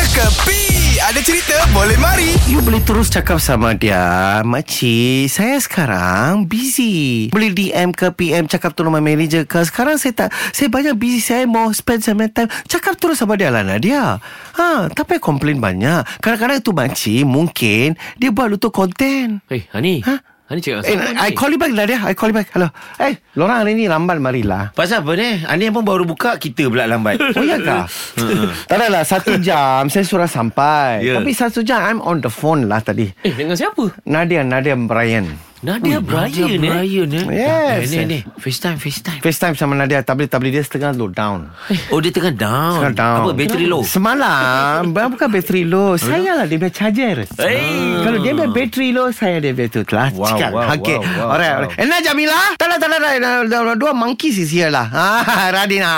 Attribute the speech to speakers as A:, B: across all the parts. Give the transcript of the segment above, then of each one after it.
A: Kepi Ada cerita boleh mari
B: You boleh terus cakap sama dia Makcik Saya sekarang busy Boleh DM ke PM Cakap tolong my manager ke Sekarang saya tak Saya banyak busy Saya mau spend some time Cakap terus sama dia lah Nadia ha, Tak payah komplain banyak Kadang-kadang tu makcik Mungkin Dia buat lu tu konten
C: Hei, Eh, Hani.
B: Ha?
C: Hani cakap
B: Eh, I call you back Nadia I call you back Hello Eh, lorang hari ni lambat marilah
D: Pasal apa ni? Ani pun baru buka, kita pula lambat.
B: Oh ya kah? tak adalah Satu jam Saya surah sampai
D: Ya.
B: Tapi satu jam I'm on the phone lah tadi
C: Eh, dengan siapa?
B: Nadia Nadia Brian
C: Nadia Brian,
D: Nadia
C: eh.
D: Brian, eh?
B: Yes.
C: Eh, ni, ni. FaceTime, FaceTime.
B: FaceTime sama Nadia Tabli Tabli dia setengah low down
C: Eh.
D: Oh, dia tengah down.
B: Setengah down
D: Apa, bateri low?
B: Semalam ba- Bukan bateri low Saya lah dia punya charger Hmm.
D: Hey.
B: Kalau dia punya bateri low Saya dia punya tu lah
D: Wow,
B: Cakap
D: wow,
B: Okay
D: wow, wow,
B: Alright
D: wow.
B: alright Enak Jamila Tak lah tak lah tak lah. Dah- dah- Dua monkeys is here lah Ah, Radina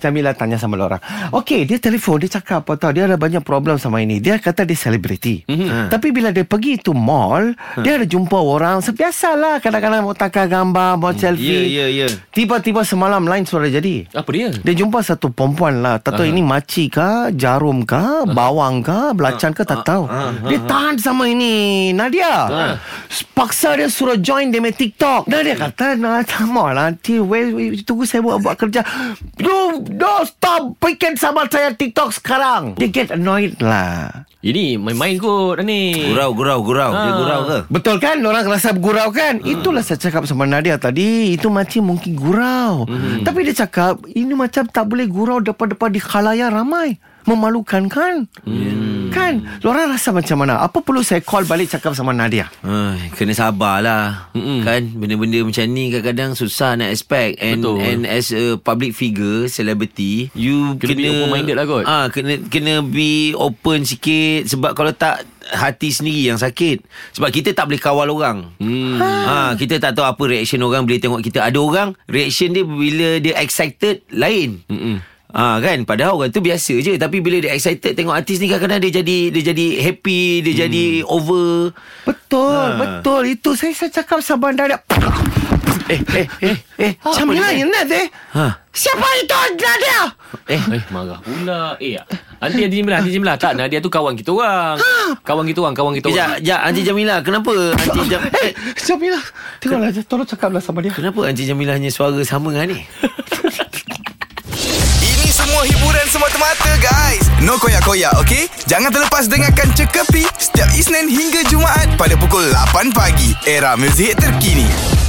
B: Jamila tanya sama orang Okay dia telefon Dia cakap apa tau Dia ada banyak problem sama ini Dia kata dia selebriti
D: Mhm.
B: Tapi bila dia pergi tu mall
D: Hmm.
B: Dia ada jumpa orang Sebiasalah Kadang-kadang mau takar gambar Mau selfie
D: Ya, ya, ya.
B: Tiba-tiba semalam lain suara jadi.
C: Apa dia?
B: Dia jumpa satu perempuan lah. Tak tahu ini makcik ke, jarum ke, bawang ke, belacan ke, tak tahu. Dia tahan sama ini, Nadia. Paksa dia suruh join dia main TikTok. Nadia kata, nah, sama lah. Nanti wait, wait, tunggu saya buat, buat kerja. No, no, stop. Bikin sama saya TikTok sekarang. Dia get annoyed lah.
C: Ini main-main kot, Hani.
D: Gurau, gurau, gurau. Dia
C: Ah.
D: gurau ke?
B: Betul kan? Orang rasa gurau kan? Itulah saya cakap sama Nadia tadi. Itu macam mungkin gurau. Tapi dia cakap, ini macam tak boleh gurau depan-depan di khalayak ramai. Memalukan kan? Kan? Orang rasa macam mana? Apa perlu saya call balik cakap sama Nadia?
D: Ai, kena sabarlah
C: Mm-mm.
D: Mm-mm. Kan Benda-benda macam ni Kadang-kadang susah nak expect And
C: Betul.
D: and as a public figure Celebrity You
C: Kena be open-minded lah kot.
D: ah, kena, kena be open sikit Sebab kalau tak Hati sendiri yang sakit Sebab kita tak boleh kawal orang hmm. ha, Kita tak tahu apa reaction orang Bila tengok kita Ada orang Reaction dia bila dia excited Lain
C: Mm-mm.
D: Ah kan padahal orang tu biasa je tapi bila dia excited tengok artis ni kadang-kadang dia jadi dia jadi happy dia
C: Hmm.
D: jadi over
B: Betul, betul. Itu saya, saya cakap sama Nadia. Eh, eh, eh, eh. Camila, you not eh?
D: Ha.
B: Siapa itu Nadia?
C: Eh, eh marah pula. Eh, Nanti Nanti Jamilah, Nanti Jamilah. Tak, Nadia tu kawan kita orang. Kawan kita orang, kawan kita
D: Ha. Kejap,
C: orang.
D: kejap. Aunty Jamila, kenapa Aunty Jam...
B: Eh, Camila. Tengoklah, tolong cakaplah sama dia.
D: Kenapa Aunty Jamila hanya suara sama dengan ni?
A: Ini semua hiburan semata-mata guys No koyak-koyak ok Jangan terlepas dengarkan Cekapi Setiap Isnin hingga Jumaat Pada pukul 8 pagi Era muzik terkini